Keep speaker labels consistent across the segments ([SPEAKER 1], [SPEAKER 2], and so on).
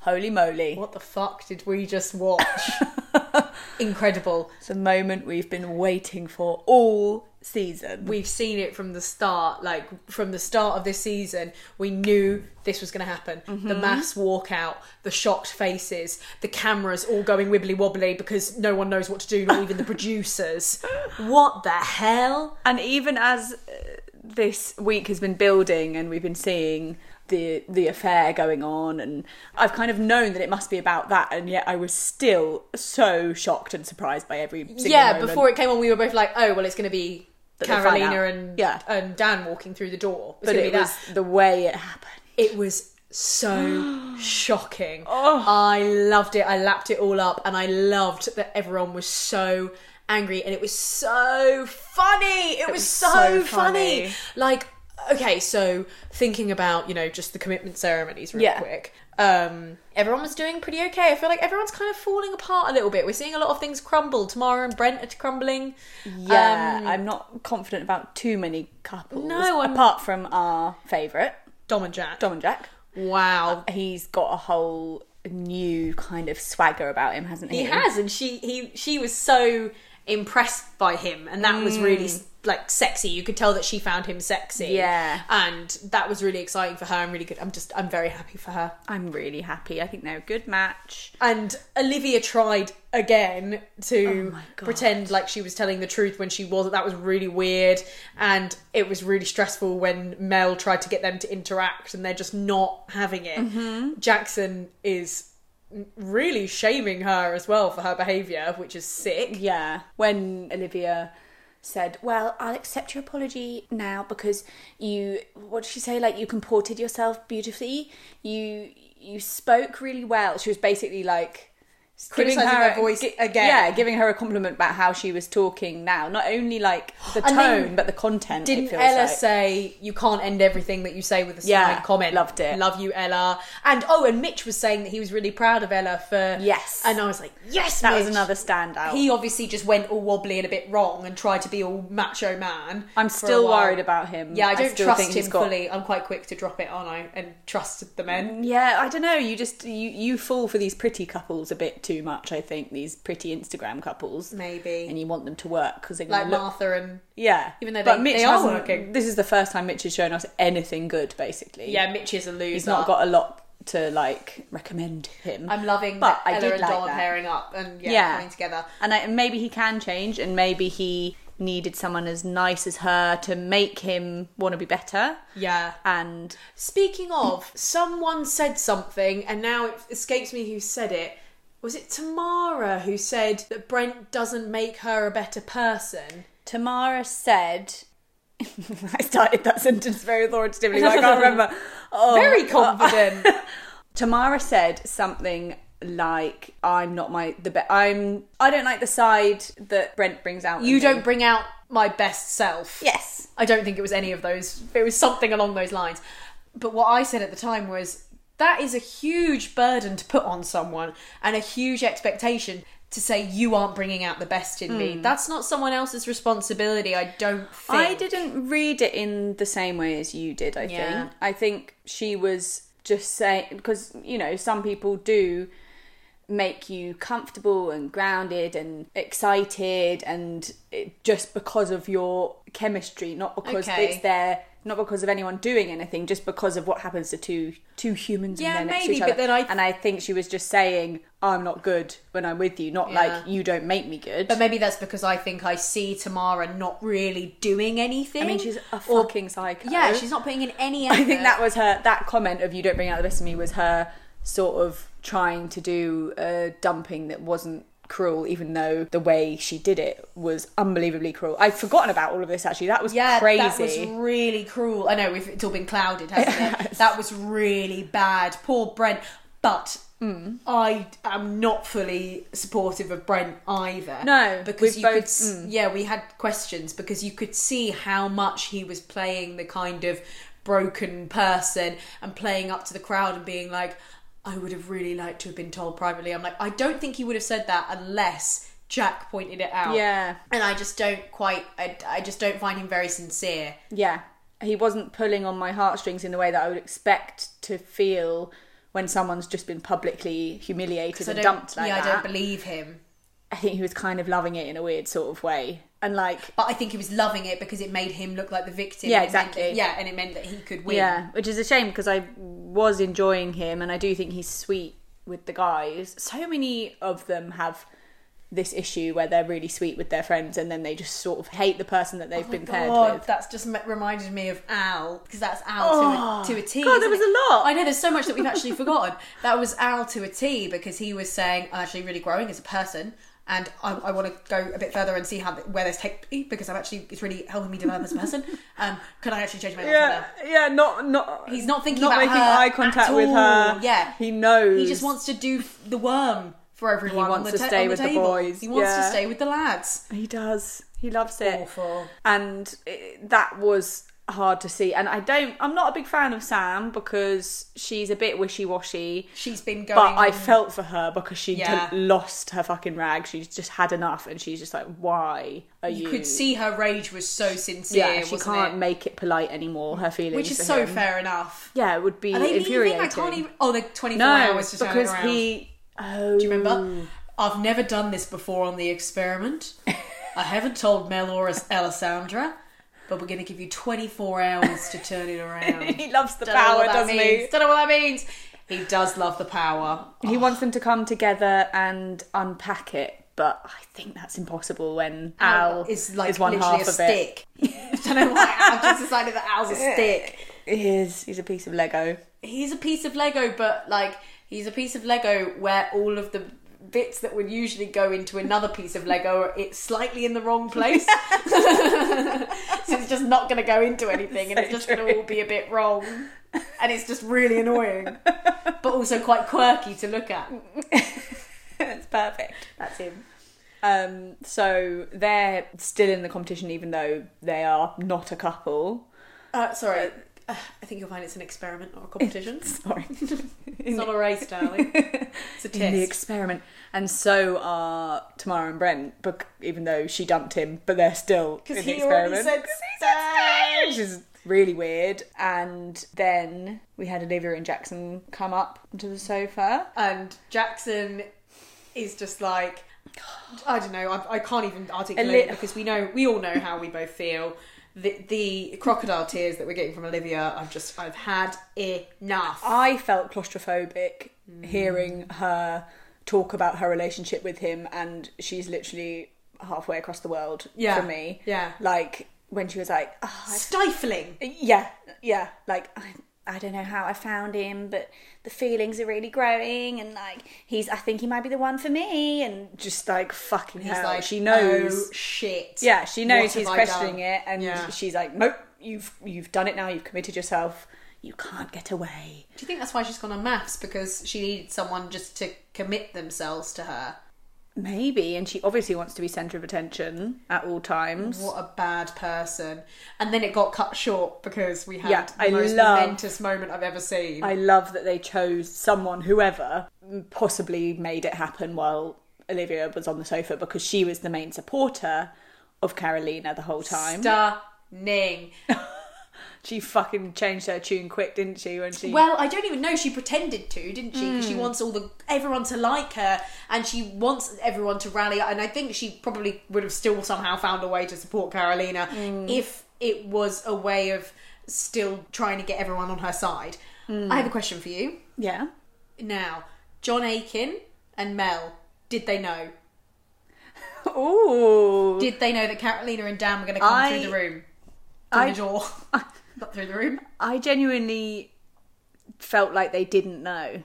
[SPEAKER 1] Holy moly.
[SPEAKER 2] What the fuck did we just watch? Incredible.
[SPEAKER 1] It's a moment we've been waiting for all season.
[SPEAKER 2] We've seen it from the start, like from the start of this season, we knew this was going to happen.
[SPEAKER 1] Mm-hmm.
[SPEAKER 2] The mass walkout, the shocked faces, the cameras all going wibbly wobbly because no one knows what to do, not even the producers. What the hell?
[SPEAKER 1] And even as uh, this week has been building and we've been seeing the the affair going on and I've kind of known that it must be about that and yet I was still so shocked and surprised by every single
[SPEAKER 2] yeah,
[SPEAKER 1] moment.
[SPEAKER 2] before it came on, we were both like, oh, well, it's going to be
[SPEAKER 1] they'll find
[SPEAKER 2] Carolina
[SPEAKER 1] out.
[SPEAKER 2] and,
[SPEAKER 1] Yeah.
[SPEAKER 2] and Dan walking through the door. It's
[SPEAKER 1] but
[SPEAKER 2] gonna
[SPEAKER 1] it
[SPEAKER 2] be
[SPEAKER 1] was
[SPEAKER 2] that.
[SPEAKER 1] the way it happened.
[SPEAKER 2] It was so shocking. I loved it. I lapped it all up and I loved that everyone was so angry and it was so funny. It, was,
[SPEAKER 1] was
[SPEAKER 2] so,
[SPEAKER 1] so
[SPEAKER 2] funny.
[SPEAKER 1] funny.
[SPEAKER 2] Like, okay, so thinking about, you know, just the commitment ceremonies real
[SPEAKER 1] Yeah.
[SPEAKER 2] quick. Um, everyone was doing pretty okay. I feel like everyone's kind of falling apart a little bit. We're seeing a lot of things crumble. Tamara and Brent are crumbling.
[SPEAKER 1] Yeah,
[SPEAKER 2] Um,
[SPEAKER 1] I'm not confident about too many couples.
[SPEAKER 2] No, I'm-
[SPEAKER 1] apart from our favourite,
[SPEAKER 2] Dom and Jack.
[SPEAKER 1] Dom and Jack.
[SPEAKER 2] Wow.
[SPEAKER 1] He's got a whole new kind of swagger about him, hasn't he?
[SPEAKER 2] He has, and she he she was so impressed by him, and that was really
[SPEAKER 1] Mm.
[SPEAKER 2] like sexy. You could tell that she found him sexy.
[SPEAKER 1] Yeah.
[SPEAKER 2] and that was really exciting for her. I'm really good. I'm just I'm very happy for her.
[SPEAKER 1] I'm really happy. I think they're a good match.
[SPEAKER 2] And Olivia tried again
[SPEAKER 1] Oh
[SPEAKER 2] to
[SPEAKER 1] my God.
[SPEAKER 2] pretend like she was telling the truth when she wasn't. That was really weird, and it was really stressful when Mel tried to get them to interact, and they're just not having it.
[SPEAKER 1] Mm-hmm.
[SPEAKER 2] Jackson is really shaming her as well for her behavior, which is sick.
[SPEAKER 1] Yeah. When Olivia said, Well, I'll accept your apology now because you what did she say? Like you comported yourself beautifully. You you spoke really well. She was basically like giving
[SPEAKER 2] Criticising her
[SPEAKER 1] a-
[SPEAKER 2] voice
[SPEAKER 1] gi-
[SPEAKER 2] again.
[SPEAKER 1] Yeah, giving her a compliment about how she was talking now. Not only like the
[SPEAKER 2] And then
[SPEAKER 1] tone, but the content. it
[SPEAKER 2] Didn't
[SPEAKER 1] feels
[SPEAKER 2] Ella
[SPEAKER 1] like.
[SPEAKER 2] say you can't end everything that you say with a snide
[SPEAKER 1] Yeah,
[SPEAKER 2] comment?
[SPEAKER 1] loved it.
[SPEAKER 2] Love you, Ella. And oh, and Mitch was saying that he was really proud of Ella for
[SPEAKER 1] Yes.
[SPEAKER 2] And I was like, yes,
[SPEAKER 1] that was
[SPEAKER 2] Mitch.
[SPEAKER 1] another standout.
[SPEAKER 2] He obviously just went all wobbly and a bit wrong and tried to be all macho man.
[SPEAKER 1] I'm
[SPEAKER 2] for a
[SPEAKER 1] still
[SPEAKER 2] while.
[SPEAKER 1] worried about him.
[SPEAKER 2] Yeah, I don't
[SPEAKER 1] still
[SPEAKER 2] trust
[SPEAKER 1] think he's
[SPEAKER 2] him
[SPEAKER 1] got-
[SPEAKER 2] fully. I'm quite quick to drop it, aren't I? And trust the men.
[SPEAKER 1] Yeah, I don't know. You just you you fall for these pretty couples a bit too much. I think these pretty Instagram couples,
[SPEAKER 2] Maybe.
[SPEAKER 1] Mm. and you want them to work because they're
[SPEAKER 2] Like
[SPEAKER 1] gonna look.
[SPEAKER 2] Martha and
[SPEAKER 1] Yeah,
[SPEAKER 2] even though
[SPEAKER 1] but
[SPEAKER 2] they-
[SPEAKER 1] Mitch
[SPEAKER 2] they are
[SPEAKER 1] hasn't-
[SPEAKER 2] working.
[SPEAKER 1] This is the first time Mitch has shown us anything good. Basically,
[SPEAKER 2] yeah, Mitch is a loser.
[SPEAKER 1] he's not got a lot to like recommend him.
[SPEAKER 2] I'm loving
[SPEAKER 1] but I
[SPEAKER 2] that Ella
[SPEAKER 1] did
[SPEAKER 2] and
[SPEAKER 1] like
[SPEAKER 2] Dom are
[SPEAKER 1] that.
[SPEAKER 2] pairing up and yeah,
[SPEAKER 1] Yeah.
[SPEAKER 2] coming together.
[SPEAKER 1] and I, and maybe he can change, and maybe he needed someone as nice as her to make him want to be better.
[SPEAKER 2] Yeah.
[SPEAKER 1] And
[SPEAKER 2] Speaking of, someone said something, and now it escapes me who said it. Was it Tamara who said that Brent doesn't make her a better person?
[SPEAKER 1] Tamara said, I started that sentence very authoritatively, but I can't remember. Oh,
[SPEAKER 2] Very confident.
[SPEAKER 1] Tamara said something like, "I'm not my the be- I'm I don't like the side that Brent brings out. in
[SPEAKER 2] you
[SPEAKER 1] me."
[SPEAKER 2] don't bring out my best self.
[SPEAKER 1] Yes.
[SPEAKER 2] I don't think it was any of those. It was something along those lines. But what I said at the time was that is a huge burden to put on someone and a huge expectation to say you aren't bringing out the best in me. That's not someone else's responsibility. I don't think.
[SPEAKER 1] Hmm. I didn't read it in the same way as you did. I
[SPEAKER 2] Yeah.
[SPEAKER 1] think. I think she was just saying because you know some people do make you comfortable and grounded and excited and it, just because of your chemistry, not because
[SPEAKER 2] Okay.
[SPEAKER 1] it's there. Not because of anyone doing anything, just because of what happens to two two humans.
[SPEAKER 2] Yeah,
[SPEAKER 1] and they're next
[SPEAKER 2] maybe,
[SPEAKER 1] to each
[SPEAKER 2] but
[SPEAKER 1] other.
[SPEAKER 2] then I-
[SPEAKER 1] and I think she was just saying, "I'm not good when I'm with you," not
[SPEAKER 2] Yeah.
[SPEAKER 1] like you don't make me good.
[SPEAKER 2] But maybe that's because I think I see Tamara not really doing anything.
[SPEAKER 1] I mean, she's a
[SPEAKER 2] Or-
[SPEAKER 1] fucking psycho.
[SPEAKER 2] yeah, she's not putting in any. Effort.
[SPEAKER 1] I think that was her. That comment of "you don't bring out the best in me" was her sort of trying to do a dumping that wasn't cruel, even though the way she did it was unbelievably cruel. I'd forgotten about all of this actually. That was
[SPEAKER 2] yeah,
[SPEAKER 1] crazy.
[SPEAKER 2] that was really cruel. I know we've, it's all been clouded, hasn't it? That was really bad. Poor Brent. But
[SPEAKER 1] Mm.
[SPEAKER 2] I am not fully supportive of Brent either.
[SPEAKER 1] No, we've
[SPEAKER 2] because you
[SPEAKER 1] both- mm.
[SPEAKER 2] could. s Yeah, we had questions because you could see how much he was playing the kind of broken person and playing up to the crowd and being like, "I would have really liked to have been told privately." I'm like, I don't think he would have said that unless Jack pointed it out.
[SPEAKER 1] Yeah.
[SPEAKER 2] and I just don't quite. I, I just don't find him very sincere.
[SPEAKER 1] yeah, he wasn't pulling on my heartstrings in the way that I would expect to feel when someone's just been publicly humiliated
[SPEAKER 2] I
[SPEAKER 1] and
[SPEAKER 2] don't-
[SPEAKER 1] dumped like
[SPEAKER 2] yeah,
[SPEAKER 1] that.
[SPEAKER 2] I don't believe him.
[SPEAKER 1] I think he was kind of loving it in a weird sort of way. And like,
[SPEAKER 2] But I think he was loving it because it made him look like the victim.
[SPEAKER 1] Yeah,
[SPEAKER 2] and it meant
[SPEAKER 1] exactly.
[SPEAKER 2] that- yeah, and it meant that he could win.
[SPEAKER 1] yeah, which is a shame because I was enjoying him and I do think he's sweet with the guys. So many of them have this issue where they're really sweet with their friends and then they just sort of hate the person that they've
[SPEAKER 2] Oh my
[SPEAKER 1] been paired
[SPEAKER 2] God,
[SPEAKER 1] with.
[SPEAKER 2] that's just me- reminded me of Al because that's Al to a, to a T.
[SPEAKER 1] God, there
[SPEAKER 2] isn't
[SPEAKER 1] was
[SPEAKER 2] it?
[SPEAKER 1] a lot.
[SPEAKER 2] I know there's so much that we've actually forgotten. That was Al to a T because he was saying I'm actually really growing as a person. And I, I want to go a bit further and see how where this takes me because I'm actually it's really helping me develop as a person. Um, can I actually change my life
[SPEAKER 1] Yeah,
[SPEAKER 2] now?
[SPEAKER 1] yeah, not not.
[SPEAKER 2] He's not thinking
[SPEAKER 1] not
[SPEAKER 2] about
[SPEAKER 1] making
[SPEAKER 2] her
[SPEAKER 1] eye
[SPEAKER 2] at
[SPEAKER 1] contact with
[SPEAKER 2] all.
[SPEAKER 1] her.
[SPEAKER 2] Yeah.
[SPEAKER 1] he knows.
[SPEAKER 2] He just wants to do f- the worm for everyone.
[SPEAKER 1] wants
[SPEAKER 2] on
[SPEAKER 1] to
[SPEAKER 2] the ta-
[SPEAKER 1] stay
[SPEAKER 2] on
[SPEAKER 1] with the
[SPEAKER 2] table.
[SPEAKER 1] boys,
[SPEAKER 2] He wants to
[SPEAKER 1] yeah.
[SPEAKER 2] stay with the lads.
[SPEAKER 1] He does. He loves it.
[SPEAKER 2] Awful.
[SPEAKER 1] And it, that was hard to see. And I don't. I'm not a big fan of Sam because she's a bit wishy washy.
[SPEAKER 2] She's been going.
[SPEAKER 1] But I felt for her because she
[SPEAKER 2] Yeah.
[SPEAKER 1] t- lost her fucking rag. She's just had enough, and she's just like, "Why are you?"
[SPEAKER 2] you could see her rage was so sincere.
[SPEAKER 1] Yeah, she
[SPEAKER 2] wasn't
[SPEAKER 1] can't
[SPEAKER 2] it?
[SPEAKER 1] make it polite anymore. Her feelings,
[SPEAKER 2] which is
[SPEAKER 1] for
[SPEAKER 2] so
[SPEAKER 1] him.
[SPEAKER 2] fair enough.
[SPEAKER 1] Yeah, it would be
[SPEAKER 2] Are they leaving?
[SPEAKER 1] infuriating.
[SPEAKER 2] I can't even. Oh, they're 24
[SPEAKER 1] No,
[SPEAKER 2] hours just hanging
[SPEAKER 1] because
[SPEAKER 2] around.
[SPEAKER 1] he. Oh, do
[SPEAKER 2] You remember? I've never done this before on the experiment. I haven't told Mel or As- Alessandra, but we're going to give you 24 hours to turn it around.
[SPEAKER 1] He loves the
[SPEAKER 2] Don't know
[SPEAKER 1] power,
[SPEAKER 2] what that
[SPEAKER 1] doesn't
[SPEAKER 2] means.
[SPEAKER 1] he?
[SPEAKER 2] Don't know what that means. He does love the power.
[SPEAKER 1] He wants them to come together and unpack it, but I think that's impossible when Al
[SPEAKER 2] is like
[SPEAKER 1] one
[SPEAKER 2] literally
[SPEAKER 1] half of
[SPEAKER 2] a
[SPEAKER 1] it.
[SPEAKER 2] stick. don't know why I've just decided that Al's a stick.
[SPEAKER 1] He is. He's a piece of Lego.
[SPEAKER 2] he's a piece of Lego, but like he's a piece of Lego where all of the bits that would usually go into another piece of Lego are it's slightly in the wrong place. so it's just not going to go into anything, and
[SPEAKER 1] So
[SPEAKER 2] it's just going
[SPEAKER 1] true.
[SPEAKER 2] to all be a bit wrong. And it's just really annoying, but also quite quirky to look at.
[SPEAKER 1] It's perfect.
[SPEAKER 2] That's him.
[SPEAKER 1] Um, so they're still in the competition, even though they are not a couple.
[SPEAKER 2] Uh, sorry, uh, I think you'll find it's an experiment, not a competition.
[SPEAKER 1] Sorry,
[SPEAKER 2] It's not a race, darling. It's a
[SPEAKER 1] in the
[SPEAKER 2] test.
[SPEAKER 1] experiment, and so are Tamara and Brent. But even though she dumped him, but they're still
[SPEAKER 2] Because
[SPEAKER 1] in the
[SPEAKER 2] he already
[SPEAKER 1] experiment.
[SPEAKER 2] said
[SPEAKER 1] Yeah, which is really weird. And then we had Olivia and Jackson come up onto the sofa.
[SPEAKER 2] and Jackson is just like I don't know. I, I can't even articulate
[SPEAKER 1] A li-
[SPEAKER 2] it because we know we all know how we both feel. The, the crocodile tears that we're getting from Olivia, I've just I've had enough.
[SPEAKER 1] I felt claustrophobic hearing her talk about her relationship with him, and she's literally halfway across the world
[SPEAKER 2] Yeah.
[SPEAKER 1] from me.
[SPEAKER 2] Yeah.
[SPEAKER 1] Like when she was like, "Ah,
[SPEAKER 2] Stifling.
[SPEAKER 1] Yeah, yeah. Like I, I don't know how I found him, but the feelings are really growing, and like he's, I think he might be the one for me, and just like fucking
[SPEAKER 2] He's
[SPEAKER 1] hell,
[SPEAKER 2] like
[SPEAKER 1] she knows.
[SPEAKER 2] Oh, shit.
[SPEAKER 1] yeah, she knows
[SPEAKER 2] What
[SPEAKER 1] he's
[SPEAKER 2] have I
[SPEAKER 1] questioning
[SPEAKER 2] done?
[SPEAKER 1] it, and
[SPEAKER 2] Yeah.
[SPEAKER 1] she's like, nope, you've you've done it now. You've committed yourself. You can't get away.
[SPEAKER 2] Do you think that's why she's gone on maths because she needed someone just to commit themselves to her?
[SPEAKER 1] Maybe, and she obviously wants to be centre of attention at all times.
[SPEAKER 2] What a bad person. And then it got cut short because we had
[SPEAKER 1] Yeah,
[SPEAKER 2] the
[SPEAKER 1] I
[SPEAKER 2] most
[SPEAKER 1] love-
[SPEAKER 2] momentous moment I've ever seen.
[SPEAKER 1] I love that they chose someone, whoever possibly made it happen while Olivia was on the sofa because she was the main supporter of Carolina the whole time.
[SPEAKER 2] Stunning.
[SPEAKER 1] She fucking changed her tune quick, didn't she? When she
[SPEAKER 2] Well, I don't even know. She pretended to, didn't she?
[SPEAKER 1] Mm.
[SPEAKER 2] 'Cause She wants all the everyone to like her, and she wants everyone to rally. And I think she probably would have still somehow found a way to support Carolina
[SPEAKER 1] Mm.
[SPEAKER 2] if it was a way of still trying to get everyone on her side.
[SPEAKER 1] Mm.
[SPEAKER 2] I have a question for you
[SPEAKER 1] yeah,
[SPEAKER 2] now. John Aiken and Mel, did they know?
[SPEAKER 1] ooh,
[SPEAKER 2] Did they know that Carolina and Dan were going to come
[SPEAKER 1] I-
[SPEAKER 2] through the room, through
[SPEAKER 1] I-
[SPEAKER 2] the door, not through the room?
[SPEAKER 1] I genuinely felt like they didn't know.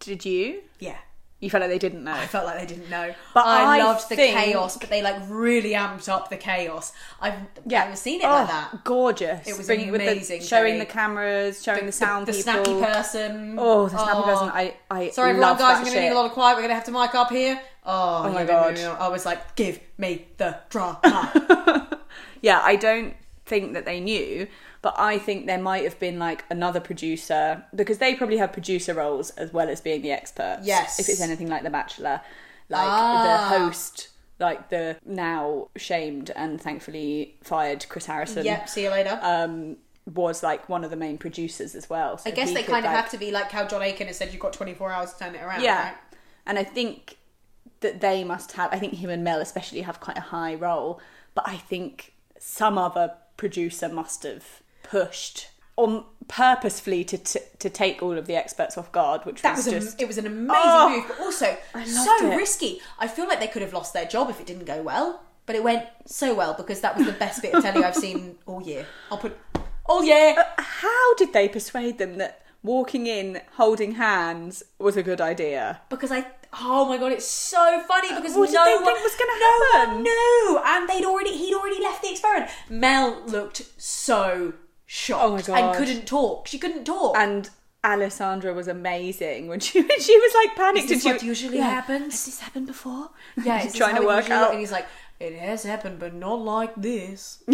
[SPEAKER 1] Did you?
[SPEAKER 2] Yeah.
[SPEAKER 1] You felt like they didn't know.
[SPEAKER 2] I felt like they didn't know.
[SPEAKER 1] But
[SPEAKER 2] I,
[SPEAKER 1] I
[SPEAKER 2] loved
[SPEAKER 1] think-
[SPEAKER 2] the chaos, but they like really amped up the chaos. I've never seen it
[SPEAKER 1] Oh,
[SPEAKER 2] like that.
[SPEAKER 1] Gorgeous.
[SPEAKER 2] It was
[SPEAKER 1] with the-
[SPEAKER 2] amazing,
[SPEAKER 1] showing
[SPEAKER 2] Jenny.
[SPEAKER 1] the cameras, showing the, sound
[SPEAKER 2] the, the
[SPEAKER 1] people.
[SPEAKER 2] snappy person.
[SPEAKER 1] Oh, the snappy person. I, I
[SPEAKER 2] Sorry, everyone,
[SPEAKER 1] love
[SPEAKER 2] guys.
[SPEAKER 1] that
[SPEAKER 2] I'm going to
[SPEAKER 1] shit.
[SPEAKER 2] need a lot of quiet. We're going to have to mic up here. Oh,
[SPEAKER 1] my
[SPEAKER 2] yeah,
[SPEAKER 1] God.
[SPEAKER 2] no, no, no. I was like, give me the drama.
[SPEAKER 1] yeah, I don't think that they knew, but I think there might have been like another producer because they probably have producer roles as well as being the experts.
[SPEAKER 2] Yes.
[SPEAKER 1] If it's anything like The Bachelor, like
[SPEAKER 2] Ah.
[SPEAKER 1] the host, like the now shamed and thankfully fired Chris Harrison.
[SPEAKER 2] yep, see you later.
[SPEAKER 1] Um, was like one of the main producers as well. So
[SPEAKER 2] I guess
[SPEAKER 1] he
[SPEAKER 2] they
[SPEAKER 1] could,
[SPEAKER 2] kind of
[SPEAKER 1] like-
[SPEAKER 2] have to be like how John Aiken has said, you've got 24 hours to turn it around.
[SPEAKER 1] Yeah.
[SPEAKER 2] right?
[SPEAKER 1] And I think that they must have, I think him and Mel especially have quite a high role, but I think some other producer must have pushed on purposefully to, to, to take all of the experts off guard, which
[SPEAKER 2] That
[SPEAKER 1] was,
[SPEAKER 2] was am-
[SPEAKER 1] just.
[SPEAKER 2] it was an amazing
[SPEAKER 1] Oh!
[SPEAKER 2] move, but also
[SPEAKER 1] loved
[SPEAKER 2] so
[SPEAKER 1] it.
[SPEAKER 2] risky. I feel like they could have lost their job if it didn't go well, but it went so well because that was the best bit of telly I've seen all year. I'll put all year.
[SPEAKER 1] oh, Uh, How did they persuade them that walking in holding hands was a good idea?
[SPEAKER 2] because I oh my god, it's so funny because
[SPEAKER 1] Uh, What did
[SPEAKER 2] no
[SPEAKER 1] they
[SPEAKER 2] one
[SPEAKER 1] think was gonna
[SPEAKER 2] no
[SPEAKER 1] happen?
[SPEAKER 2] one knew, and they'd already he'd already left the experiment. Mel looked so shocked
[SPEAKER 1] Oh my
[SPEAKER 2] and
[SPEAKER 1] God.
[SPEAKER 2] couldn't talk. She couldn't talk.
[SPEAKER 1] And Alessandra was amazing when she when she was like panicked.
[SPEAKER 2] Is this
[SPEAKER 1] and she
[SPEAKER 2] what usually happens?
[SPEAKER 1] Has this happened before?
[SPEAKER 2] yeah, is this
[SPEAKER 1] trying
[SPEAKER 2] how
[SPEAKER 1] to
[SPEAKER 2] it
[SPEAKER 1] work
[SPEAKER 2] usually-
[SPEAKER 1] out.
[SPEAKER 2] and he's like, it has happened, but not like this.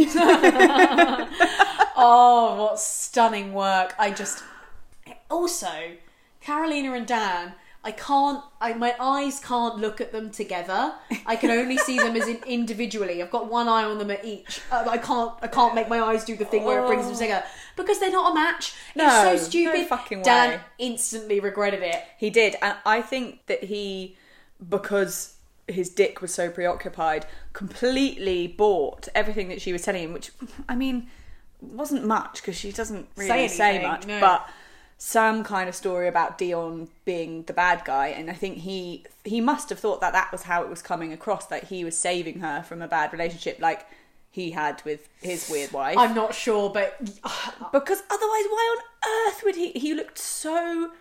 [SPEAKER 2] oh, what stunning work! I just also Carolina and Dan. I can't. I, my eyes can't look at them together. I can only see them as in individually. I've got one eye on them at each. Uh, I can't. I can't make my eyes do the thing where it brings them together because they're not a match.
[SPEAKER 1] Oh. No,
[SPEAKER 2] it's so stupid.
[SPEAKER 1] no fucking
[SPEAKER 2] Dan
[SPEAKER 1] way.
[SPEAKER 2] instantly regretted it.
[SPEAKER 1] He did, and I think that he, because his dick was so preoccupied, completely bought everything that she was telling him. Which, I mean, wasn't much because she doesn't really say,
[SPEAKER 2] anything,
[SPEAKER 1] much,
[SPEAKER 2] no.
[SPEAKER 1] but some kind of story about Dion being the bad guy, and I think he he must have thought that that was how it was coming across that he was saving her from a bad relationship, like he had with his weird wife.
[SPEAKER 2] I'm not sure, but uh,
[SPEAKER 1] Because otherwise, why on earth would he? He looked so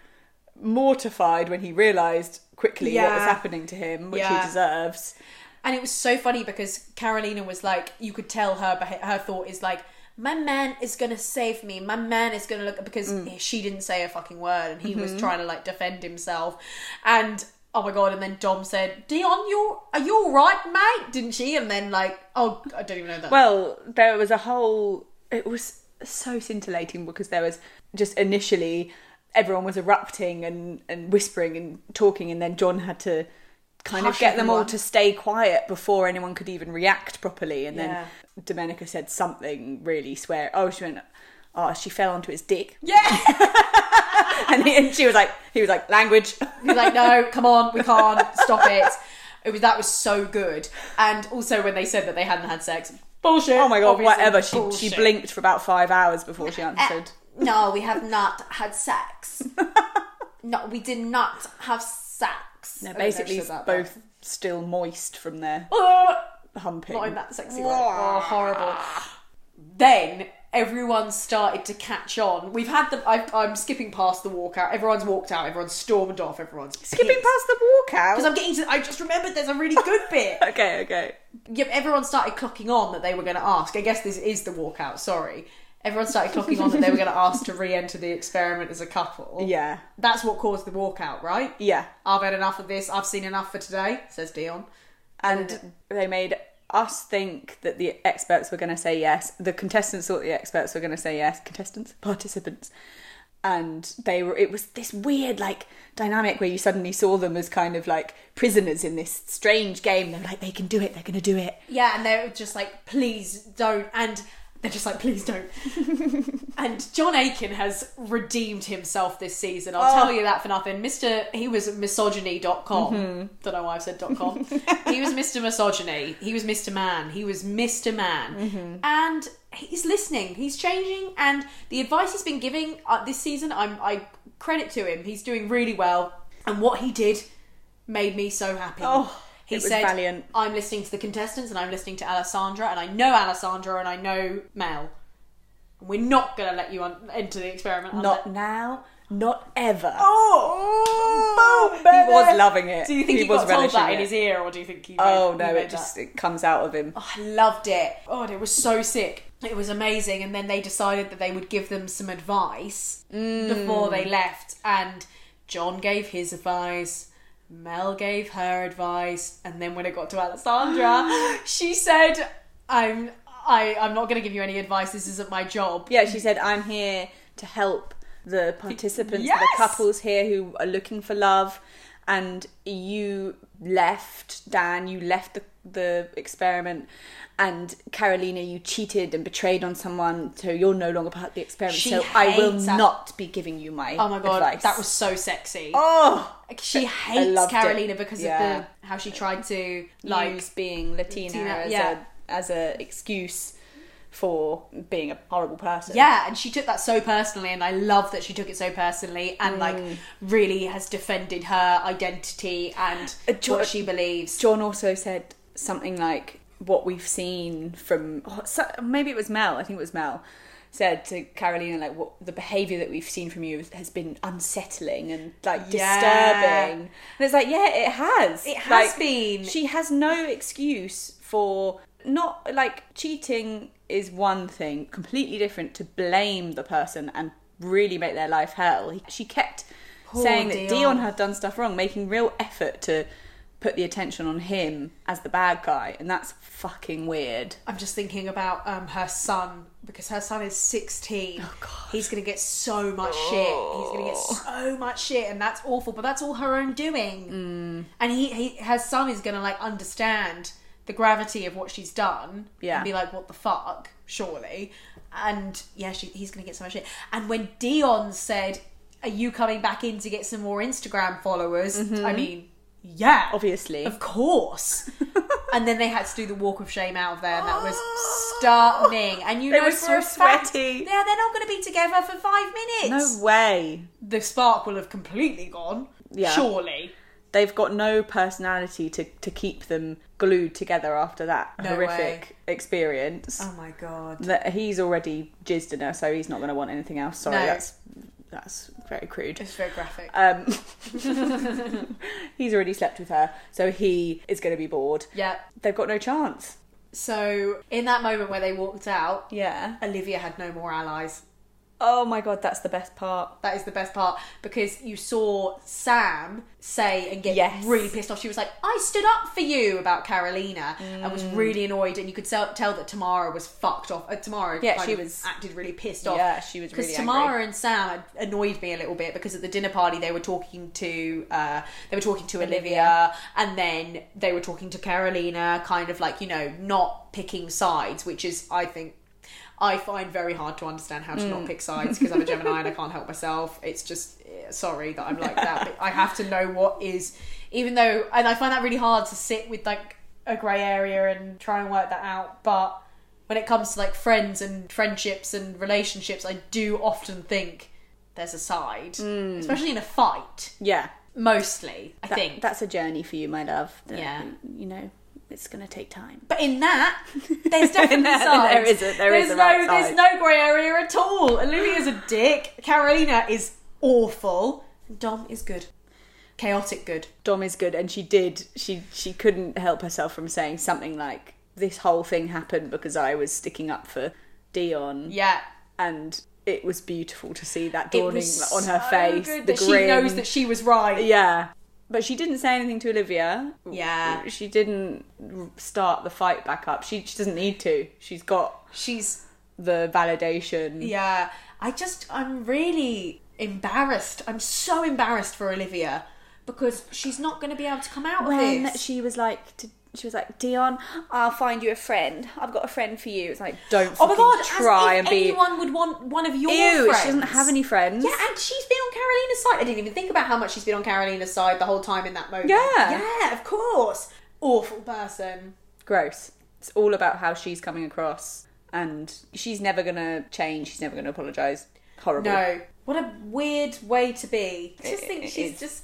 [SPEAKER 1] mortified when he realised quickly what was
[SPEAKER 2] Yeah.
[SPEAKER 1] happening to him, which
[SPEAKER 2] Yeah.
[SPEAKER 1] he deserves.
[SPEAKER 2] And it was so funny because Carolina was like, you could tell her beha- her thought is like, my man is gonna save me. My man is gonna look because she didn't say a fucking word, and he was trying to like defend himself. And oh my god! And then Dom said, Dion, you're are you all right, mate? Didn't she? And then like, oh, I don't even know that.
[SPEAKER 1] Well, there was a whole. It was so scintillating because there was just initially everyone was erupting and, and whispering and talking, and then John had to kind
[SPEAKER 2] Hush
[SPEAKER 1] of get them all
[SPEAKER 2] everyone.
[SPEAKER 1] to stay quiet before anyone could even react properly. And
[SPEAKER 2] Yeah.
[SPEAKER 1] then Domenica said something really swear. Oh, she went. Oh, she fell onto his dick,
[SPEAKER 2] yeah.
[SPEAKER 1] and, he, and she was like, he was like, language.
[SPEAKER 2] He's like, no, come on, we can't stop it. It was that was so good. And also when they said that they hadn't had sex, bullshit.
[SPEAKER 1] Oh my god,
[SPEAKER 2] obviously,
[SPEAKER 1] whatever. She she
[SPEAKER 2] bullshit.
[SPEAKER 1] blinked for about five hours before she
[SPEAKER 2] Uh,
[SPEAKER 1] answered.
[SPEAKER 2] no, we have not had sex. no, we did not have sex.
[SPEAKER 1] They're
[SPEAKER 2] I don't know if
[SPEAKER 1] basically
[SPEAKER 2] she said that,
[SPEAKER 1] both still moist from their
[SPEAKER 2] but- Oh,
[SPEAKER 1] humping.
[SPEAKER 2] not in that sexy way. Oh, horrible. Then everyone started to catch on. We've had the. I, I'm skipping past the walkout. Everyone's walked out. Everyone's stormed off. Everyone's
[SPEAKER 1] Skipping past the
[SPEAKER 2] Because
[SPEAKER 1] walkout.
[SPEAKER 2] I'm getting to. I just remembered there's a really good bit.
[SPEAKER 1] Okay, okay.
[SPEAKER 2] Yep, everyone started clocking on that they were going to ask. I guess this is the walkout. Sorry. Everyone started clocking on that they were going to ask to re-enter the experiment as a couple.
[SPEAKER 1] Yeah,
[SPEAKER 2] That's what caused the walkout, right?
[SPEAKER 1] yeah.
[SPEAKER 2] I've had enough of this. I've seen enough for today, says Dion.
[SPEAKER 1] And they made us think that the experts were going to say yes. The contestants thought the experts were going to say yes. Contestants, participants. And they were. It was this weird like dynamic where you suddenly saw them as kind of like prisoners in this strange game. They're like, they can do it. They're going to do it.
[SPEAKER 2] Yeah, and they're just like, please don't. And they're just like, please don't. and John Aiken has redeemed himself this season. I'll tell you that for nothing. Mr. He was misogyny.com. Don't know why I've said dot .com. he was Mr. Misogyny. He was Mr. Man. He was Mr. Man. And he's listening. He's changing. And the advice he's been giving uh, this season, I'm, I credit to him. He's doing really well. And what he did made me so happy.
[SPEAKER 1] Oh,
[SPEAKER 2] he
[SPEAKER 1] it was
[SPEAKER 2] said,
[SPEAKER 1] valiant.
[SPEAKER 2] I'm listening to the contestants and I'm listening to Alessandra and I know Alessandra and I know Mel. We're not going to let you un- enter the experiment.
[SPEAKER 1] Not
[SPEAKER 2] unless-
[SPEAKER 1] now, not ever.
[SPEAKER 2] Oh,
[SPEAKER 1] Boom, baby. He was loving it.
[SPEAKER 2] Do you think he,
[SPEAKER 1] He was
[SPEAKER 2] got told
[SPEAKER 1] relishing
[SPEAKER 2] that in
[SPEAKER 1] it.
[SPEAKER 2] his ear, or do you think he? Made,
[SPEAKER 1] Oh
[SPEAKER 2] he
[SPEAKER 1] no,
[SPEAKER 2] made
[SPEAKER 1] it just it comes out of him.
[SPEAKER 2] that? I loved it. Oh, and it was so sick. It was amazing. And then they decided that they would give them some advice before
[SPEAKER 1] Mm.
[SPEAKER 2] they left. And John gave his advice. Mel gave her advice, and then when it got to Alessandra, she said, "I'm." I, I'm not going to give you any advice. This isn't my job.
[SPEAKER 1] Yeah, she said, "I'm here to help the participants,
[SPEAKER 2] Yes!
[SPEAKER 1] the couples here who are looking for love." and you left Dan, you left the the experiment, and Carolina, you cheated and betrayed on someone, so you're no longer part of the experiment.
[SPEAKER 2] She
[SPEAKER 1] so I will
[SPEAKER 2] hates that.
[SPEAKER 1] not be giving you my
[SPEAKER 2] Oh my god,
[SPEAKER 1] advice.
[SPEAKER 2] that was so sexy.
[SPEAKER 1] oh
[SPEAKER 2] she
[SPEAKER 1] I
[SPEAKER 2] hates
[SPEAKER 1] loved it.
[SPEAKER 2] Carolina because
[SPEAKER 1] Yeah.
[SPEAKER 2] of the how she tried to
[SPEAKER 1] like
[SPEAKER 2] like
[SPEAKER 1] being Latina,
[SPEAKER 2] Latina,
[SPEAKER 1] as
[SPEAKER 2] yeah.
[SPEAKER 1] a as a excuse for being a horrible person.
[SPEAKER 2] Yeah, and she took that so personally, and I love that she took it so personally, and like
[SPEAKER 1] Mm.
[SPEAKER 2] really has defended her identity and
[SPEAKER 1] Uh, Jo-
[SPEAKER 2] what she believes.
[SPEAKER 1] John also said something like what we've seen from oh, so- maybe it was Mel. I think it was Mel said to Carolina like what the behavior that we've seen from you has been unsettling and like
[SPEAKER 2] Yeah.
[SPEAKER 1] disturbing. And it's like yeah, it has.
[SPEAKER 2] It has
[SPEAKER 1] Like,
[SPEAKER 2] been.
[SPEAKER 1] She has no excuse for not like cheating is one thing, completely different to blame the person and really make their life hell. She kept
[SPEAKER 2] Poor
[SPEAKER 1] saying
[SPEAKER 2] Dion.
[SPEAKER 1] that Dion had done stuff wrong, making real effort to put the attention on him as the bad guy, and that's fucking weird.
[SPEAKER 2] I'm just thinking about um, her son because her son is 16. Oh, God. Oh. He's going to get so much shit. He's going to get so much shit, and that's awful. But that's all her own doing. Mm. And he, he, her son is going to like understand the gravity of what she's done.
[SPEAKER 1] Yeah.
[SPEAKER 2] And be like, what the fuck? Surely. And yeah, she, he's going to get so much shit. And when Dion said, "Are you coming back in to get some more Instagram followers?" I mean, yeah,
[SPEAKER 1] Obviously.
[SPEAKER 2] Mm-hmm. of course. and then they had to do the walk of shame out of there, and that was stunning. And you
[SPEAKER 1] Oh. They
[SPEAKER 2] know,
[SPEAKER 1] were
[SPEAKER 2] for a
[SPEAKER 1] so
[SPEAKER 2] fact,
[SPEAKER 1] sweaty.
[SPEAKER 2] yeah, they're not going to be together for five minutes.
[SPEAKER 1] No way.
[SPEAKER 2] The spark will have completely gone.
[SPEAKER 1] Yeah.
[SPEAKER 2] Surely.
[SPEAKER 1] They've got no personality to, to keep them glued together after that
[SPEAKER 2] No
[SPEAKER 1] horrific experience.
[SPEAKER 2] Oh my god.
[SPEAKER 1] that he's already jizzed in her, so he's not going to want anything else. Sorry,
[SPEAKER 2] No.
[SPEAKER 1] that's that's very crude.
[SPEAKER 2] It's very graphic.
[SPEAKER 1] Um, he's already slept with her, so he is going to be bored.
[SPEAKER 2] yeah.
[SPEAKER 1] They've got no chance.
[SPEAKER 2] So in that moment where they walked out,
[SPEAKER 1] Yeah.
[SPEAKER 2] Olivia had no more allies.
[SPEAKER 1] Oh my god, that's the best part.
[SPEAKER 2] That is the best part because you saw Sam say and get
[SPEAKER 1] Yes.
[SPEAKER 2] really pissed off. She was like, "I stood up for you about Carolina," and was
[SPEAKER 1] Mm.
[SPEAKER 2] really annoyed. And you could tell, tell that Tamara was fucked off. Uh, Tamara,
[SPEAKER 1] Yeah,
[SPEAKER 2] kind
[SPEAKER 1] she
[SPEAKER 2] of
[SPEAKER 1] was-
[SPEAKER 2] acted really pissed off.
[SPEAKER 1] Yeah, she was
[SPEAKER 2] because
[SPEAKER 1] really
[SPEAKER 2] Tamara and Sam had annoyed me a little bit because at the dinner party they were talking to uh, they were talking to Olivia. and then they were talking to Carolina, kind of like you know not picking sides, which is I think I find very hard to understand how to
[SPEAKER 1] Hmm.
[SPEAKER 2] not pick sides because I'm a Gemini and I can't help myself. It's just eh, sorry that I'm like that, but I have to know what is even though and I find that really hard to sit with like a grey area and try and work that out, but when it comes to like friends and friendships and relationships, I do often think there's a side, especially in a fight.
[SPEAKER 1] Yeah.
[SPEAKER 2] Mostly, I
[SPEAKER 1] Hmm. That-
[SPEAKER 2] think.
[SPEAKER 1] that's a journey for you, my love. that,
[SPEAKER 2] Yeah.
[SPEAKER 1] You know, it's going to take time.
[SPEAKER 2] but in that, there's definitely
[SPEAKER 1] that,
[SPEAKER 2] sides.
[SPEAKER 1] there is a- there
[SPEAKER 2] there's
[SPEAKER 1] is a
[SPEAKER 2] no,
[SPEAKER 1] right
[SPEAKER 2] there's
[SPEAKER 1] side.
[SPEAKER 2] no grey area at all. Olivia's a dick. Carolina is awful. And Dom is good. Chaotic good.
[SPEAKER 1] Dom is good, and she did. She she couldn't help herself from saying something like, "This whole thing happened because I was sticking up for Dion."
[SPEAKER 2] Yeah.
[SPEAKER 1] and it was beautiful to see that
[SPEAKER 2] It
[SPEAKER 1] dawning
[SPEAKER 2] was
[SPEAKER 1] on her
[SPEAKER 2] so
[SPEAKER 1] face.
[SPEAKER 2] good
[SPEAKER 1] the
[SPEAKER 2] that
[SPEAKER 1] grin.
[SPEAKER 2] she knows that she was right.
[SPEAKER 1] yeah, but she didn't say anything to Olivia.
[SPEAKER 2] Yeah.
[SPEAKER 1] she didn't start the fight back up. She, she doesn't need to. She's got
[SPEAKER 2] She's
[SPEAKER 1] the validation.
[SPEAKER 2] Yeah, I just I'm really embarrassed. I'm so embarrassed for Olivia because she's not going to be able to come out
[SPEAKER 1] When
[SPEAKER 2] of this.
[SPEAKER 1] she was like, to, she was like, Dion, I'll find you a friend. I've got a friend for you. It's like, don't
[SPEAKER 2] Oh my
[SPEAKER 1] fucking
[SPEAKER 2] god!
[SPEAKER 1] try
[SPEAKER 2] as
[SPEAKER 1] and
[SPEAKER 2] if
[SPEAKER 1] be.
[SPEAKER 2] anyone would want one of your
[SPEAKER 1] Ew,
[SPEAKER 2] friends.
[SPEAKER 1] she doesn't have any friends.
[SPEAKER 2] Yeah, and she's been on Carolina's side. I didn't even think about how much she's been on Carolina's side the whole time in that moment.
[SPEAKER 1] Yeah.
[SPEAKER 2] yeah, of course. Awful person.
[SPEAKER 1] gross. It's all about how she's coming across, and she's never gonna change. She's never gonna apologize. Horrible.
[SPEAKER 2] No, what a weird way to be. I just
[SPEAKER 1] It-
[SPEAKER 2] think
[SPEAKER 1] it
[SPEAKER 2] she's
[SPEAKER 1] is.
[SPEAKER 2] just.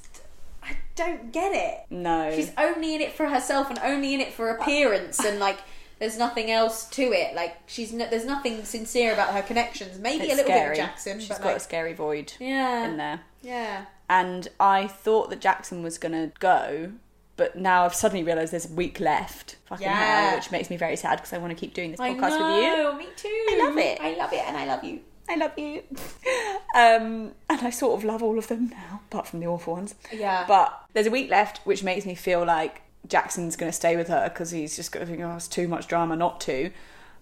[SPEAKER 2] I don't get it.
[SPEAKER 1] No.
[SPEAKER 2] She's only in it for herself and only in it for appearance and like there's nothing else to it. Like she's no, there's nothing sincere about her connections. Maybe a
[SPEAKER 1] It's
[SPEAKER 2] little
[SPEAKER 1] scary.
[SPEAKER 2] bit of Jackson,
[SPEAKER 1] She's
[SPEAKER 2] but
[SPEAKER 1] got
[SPEAKER 2] like
[SPEAKER 1] a scary void
[SPEAKER 2] yeah,
[SPEAKER 1] in there.
[SPEAKER 2] yeah.
[SPEAKER 1] And I thought that Jackson was gonna go, but now I've suddenly realised there's a week left. Fucking
[SPEAKER 2] Yeah.
[SPEAKER 1] hell, which makes me very sad because I want to keep doing this
[SPEAKER 2] I
[SPEAKER 1] podcast with you.
[SPEAKER 2] know, Me too. I
[SPEAKER 1] love it.
[SPEAKER 2] I love it, and I love you.
[SPEAKER 1] I love you. um, and I sort of love all of them now, apart from the awful ones.
[SPEAKER 2] Yeah.
[SPEAKER 1] But there's a week left, which makes me feel like Jackson's going to stay with her because he's just going to think, oh, it's too much drama not to.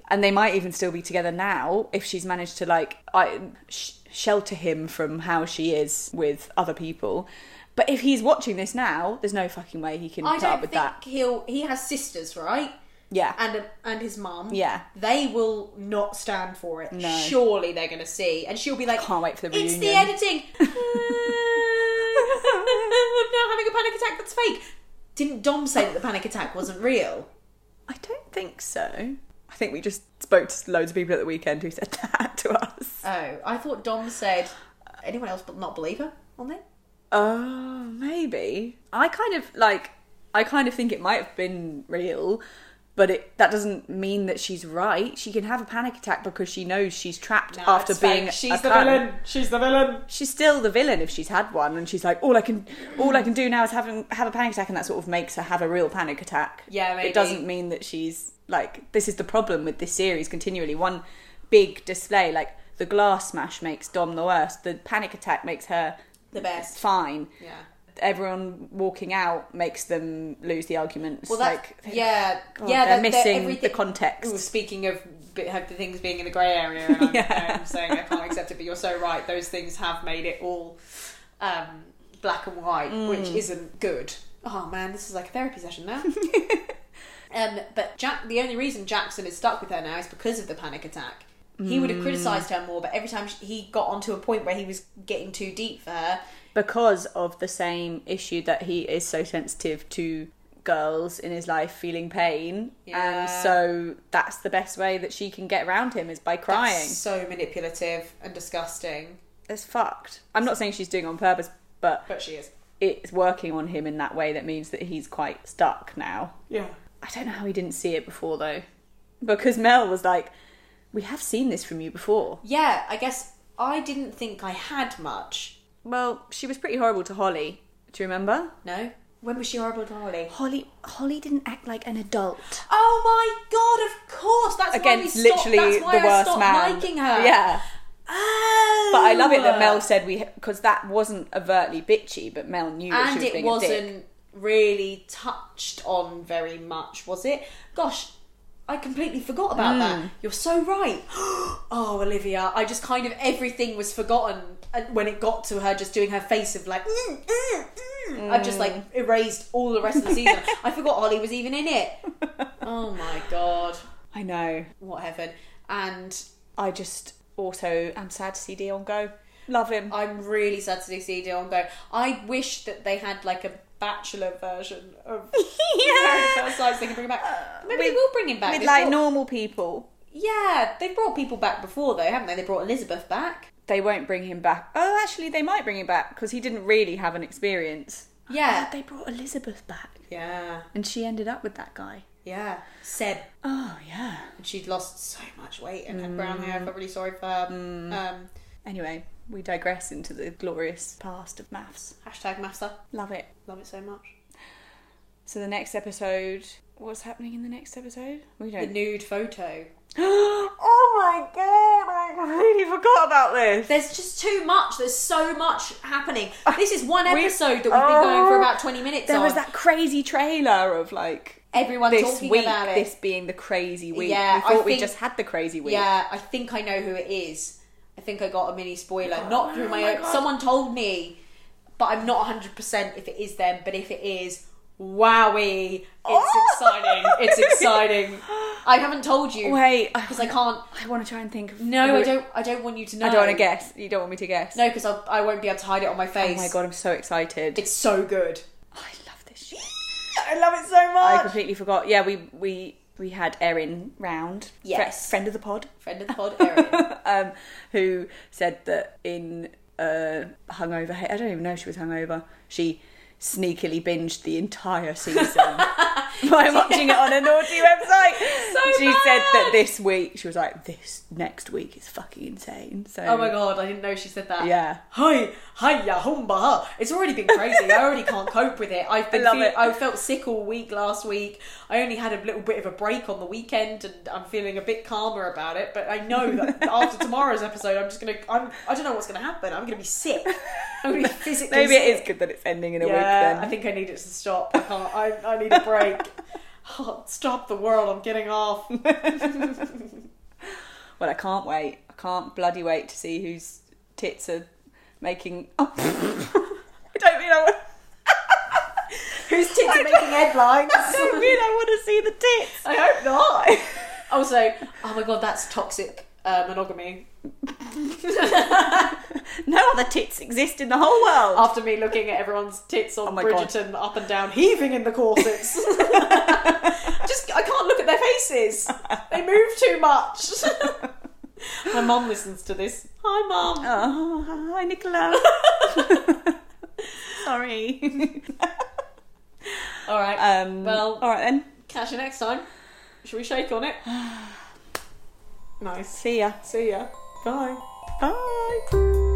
[SPEAKER 1] And they might even still be together now if she's managed to like. I sh- shelter him from how she is with other people. But if he's watching this now, there's no fucking way he can
[SPEAKER 2] I
[SPEAKER 1] put up
[SPEAKER 2] don't
[SPEAKER 1] with
[SPEAKER 2] think
[SPEAKER 1] that.
[SPEAKER 2] he'll. He has sisters, right?
[SPEAKER 1] Yeah.
[SPEAKER 2] And and his mum.
[SPEAKER 1] Yeah.
[SPEAKER 2] They will not stand for it.
[SPEAKER 1] No.
[SPEAKER 2] Surely they're going to see, and she'll be like,
[SPEAKER 1] Can't wait for the
[SPEAKER 2] It's the
[SPEAKER 1] reunion."
[SPEAKER 2] editing. I'm now having a panic attack. That's fake. Didn't Dom say that the panic attack wasn't real?
[SPEAKER 1] I don't think so. I think we just spoke to loads of people at the weekend who said that to us.
[SPEAKER 2] Oh, I thought Dom said anyone else but not believe her on there.
[SPEAKER 1] Oh, maybe. I kind of like. I kind of think it might have been real, but it that doesn't mean that she's right. She can have a panic attack because she knows she's trapped after being a cunt.
[SPEAKER 2] She's the villain.
[SPEAKER 1] She's still the villain if she's had one, and she's like, all I can, all I can do now is have a, have a panic attack, and that sort of makes her have a real panic attack.
[SPEAKER 2] Yeah, maybe.
[SPEAKER 1] it doesn't mean that she's like. This is the problem with this series continually. One big display, like the glass smash, makes Dom the worst. The panic attack makes her
[SPEAKER 2] The best.
[SPEAKER 1] fine.
[SPEAKER 2] Yeah.
[SPEAKER 1] Everyone walking out makes them lose the arguments.
[SPEAKER 2] Well, that's
[SPEAKER 1] like,
[SPEAKER 2] yeah,
[SPEAKER 1] God,
[SPEAKER 2] yeah.
[SPEAKER 1] they're
[SPEAKER 2] that- that
[SPEAKER 1] missing the
[SPEAKER 2] everything- Mm.
[SPEAKER 1] context.
[SPEAKER 2] Ooh, speaking of bi- have the things being in the grey area, and I'm,
[SPEAKER 1] Yeah.
[SPEAKER 2] I'm saying I can't accept it, but you're so right. Those things have made it all um, black and white, which
[SPEAKER 1] Mm.
[SPEAKER 2] isn't good. Oh man, this is like a therapy session now. um, but Jack, the only reason Jackson is stuck with her now is because of the panic attack. He would have criticised her more, but every time she, he got onto a point where he was getting too deep for her,
[SPEAKER 1] because of the same issue that he is so sensitive to girls in his life feeling pain
[SPEAKER 2] Yeah.
[SPEAKER 1] and so that's the best way that she can get around him is by crying
[SPEAKER 2] that's so manipulative and disgusting.
[SPEAKER 1] it's fucked i'm not saying she's doing it on purpose but
[SPEAKER 2] But she is.
[SPEAKER 1] it's working on him in that way that means that he's quite stuck now
[SPEAKER 2] Yeah.
[SPEAKER 1] i don't know how he didn't see it before though because mel was like we have seen this from you before
[SPEAKER 2] Yeah, I guess I didn't think I had much
[SPEAKER 1] well she was pretty horrible to holly do you remember
[SPEAKER 2] No. When was she horrible to Holly?
[SPEAKER 1] holly holly didn't act like an adult
[SPEAKER 2] Oh my god! Of course. That's why we
[SPEAKER 1] against
[SPEAKER 2] stopped,
[SPEAKER 1] literally
[SPEAKER 2] that's why
[SPEAKER 1] the
[SPEAKER 2] I
[SPEAKER 1] worst
[SPEAKER 2] stopped
[SPEAKER 1] man.
[SPEAKER 2] Liking her.
[SPEAKER 1] Yeah,
[SPEAKER 2] Oh.
[SPEAKER 1] but I love it that Mel said we because that wasn't overtly bitchy, but Mel knew that she
[SPEAKER 2] and
[SPEAKER 1] was being a
[SPEAKER 2] it
[SPEAKER 1] dick.
[SPEAKER 2] wasn't really touched on very much, was it? Gosh, I completely forgot about
[SPEAKER 1] Mm.
[SPEAKER 2] that. You're so right. oh, Olivia, I just kind of everything was forgotten and when it got to her just doing her face of like. Mm, mm, mm. I've just like erased all the rest of the season. I forgot Holly was even in it. Oh my god.
[SPEAKER 1] I know.
[SPEAKER 2] what heaven. And
[SPEAKER 1] I just also am sad to see Dion go. Love him.
[SPEAKER 2] I'm really sad to see Dion go. I wish that they had like a bachelor version of American First Sight so they can bring him back. Maybe they
[SPEAKER 1] Uh, with-
[SPEAKER 2] will bring him back.
[SPEAKER 1] With
[SPEAKER 2] They've
[SPEAKER 1] like
[SPEAKER 2] brought-
[SPEAKER 1] normal people,
[SPEAKER 2] yeah, they've brought people back before though, haven't they? They brought Elizabeth back.
[SPEAKER 1] they won't bring him back. Oh, actually, they might bring him back because he didn't really have an experience.
[SPEAKER 2] Yeah.
[SPEAKER 1] Oh, they brought Elizabeth back,
[SPEAKER 2] Yeah.
[SPEAKER 1] and she ended up with that guy.
[SPEAKER 2] Yeah. Seb.
[SPEAKER 1] Oh yeah.
[SPEAKER 2] And she'd lost so much weight and had brown
[SPEAKER 1] Mm.
[SPEAKER 2] hair. I felt really sorry for her. Um,
[SPEAKER 1] Anyway, we digress into the glorious past of maths.
[SPEAKER 2] hashtag master.
[SPEAKER 1] Love it.
[SPEAKER 2] Love it so much.
[SPEAKER 1] So the next episode, what's happening in the next episode? We
[SPEAKER 2] The
[SPEAKER 1] don't.
[SPEAKER 2] nude photo.
[SPEAKER 1] oh my god! I really forgot about this.
[SPEAKER 2] There's just too much. There's so much happening. This is one
[SPEAKER 1] We-
[SPEAKER 2] episode that we've been going
[SPEAKER 1] Ah,
[SPEAKER 2] for
[SPEAKER 1] Oh.
[SPEAKER 2] about 20 minutes
[SPEAKER 1] There
[SPEAKER 2] on.
[SPEAKER 1] was that crazy trailer of like
[SPEAKER 2] Everyone
[SPEAKER 1] this
[SPEAKER 2] talking
[SPEAKER 1] week,
[SPEAKER 2] about it.
[SPEAKER 1] this being the crazy week.
[SPEAKER 2] Yeah,
[SPEAKER 1] we
[SPEAKER 2] I
[SPEAKER 1] thought we
[SPEAKER 2] think-
[SPEAKER 1] just had the crazy week.
[SPEAKER 2] Yeah, I think I know who it is. I think I got a mini spoiler. not through my,
[SPEAKER 1] Oh my
[SPEAKER 2] own.
[SPEAKER 1] God.
[SPEAKER 2] Someone told me, but I'm not 100% if it is them, but if it is, wowie. It's
[SPEAKER 1] Oh!
[SPEAKER 2] exciting. It's exciting. I haven't told you.
[SPEAKER 1] Wait,
[SPEAKER 2] Because I can't.
[SPEAKER 1] I want to try and think. Of
[SPEAKER 2] No, I
[SPEAKER 1] who-
[SPEAKER 2] don't. I don't want you to know.
[SPEAKER 1] I don't want to guess. You don't want me to guess.
[SPEAKER 2] No, because I won't be able to hide it on my
[SPEAKER 1] Oh
[SPEAKER 2] face.
[SPEAKER 1] my god, I'm so excited.
[SPEAKER 2] it's so good.
[SPEAKER 1] I love this shit.
[SPEAKER 2] I love it so
[SPEAKER 1] I
[SPEAKER 2] much.
[SPEAKER 1] completely forgot. Yeah, we we we had Erin round. Fri-
[SPEAKER 2] Yes.
[SPEAKER 1] friend of the pod.
[SPEAKER 2] Friend of the Oh pod, Erin.
[SPEAKER 1] um, who said that in uh, hungover, I don't even know if she was hungover. She sneakily binged the entire season by watching it on a naughty website.
[SPEAKER 2] So
[SPEAKER 1] she said that
[SPEAKER 2] bad.
[SPEAKER 1] this week she was like, "This next week is fucking insane." So,
[SPEAKER 2] Oh my god, I didn't know she said that.
[SPEAKER 1] Yeah.
[SPEAKER 2] Hi, hiya, humba. ha. It's already been crazy. I already can't cope with it. I've been
[SPEAKER 1] love
[SPEAKER 2] feel-
[SPEAKER 1] it.
[SPEAKER 2] I felt sick all week last week. I only had a little bit of a break on the weekend, and I'm feeling a bit calmer about it. But I know that after tomorrow's episode, I'm just gonna. I'm. I don't know what's gonna happen. I'm gonna be sick. I'm gonna be physically.
[SPEAKER 1] maybe
[SPEAKER 2] sick.
[SPEAKER 1] it is good that it's ending in a
[SPEAKER 2] Yeah, I
[SPEAKER 1] week. Then
[SPEAKER 2] think I need it to stop. I can't. I, I need a break. Oh, stop the world. I'm getting off.
[SPEAKER 1] well, I can't wait. I can't bloody wait to see who's tits are making. Oh. I don't mean I want.
[SPEAKER 2] Whose tits are making headlines?
[SPEAKER 1] I don't mean I want to see the tits.
[SPEAKER 2] I hope not. also, oh my god, that's toxic uh, monogamy.
[SPEAKER 1] No other tits exist in the whole world.
[SPEAKER 2] After me looking at everyone's tits on
[SPEAKER 1] my God.
[SPEAKER 2] Bridgerton up and down, heaving in the corsets. Just, I can't look at their faces. They move too much. my mum listens to this. Hi, mum.
[SPEAKER 1] Oh, hi, Nicola. Sorry.
[SPEAKER 2] All right.
[SPEAKER 1] Um,
[SPEAKER 2] Well-
[SPEAKER 1] all right then.
[SPEAKER 2] Catch you next time. Shall we shake on it? nice.
[SPEAKER 1] See ya.
[SPEAKER 2] See ya. Bye.
[SPEAKER 1] Bye.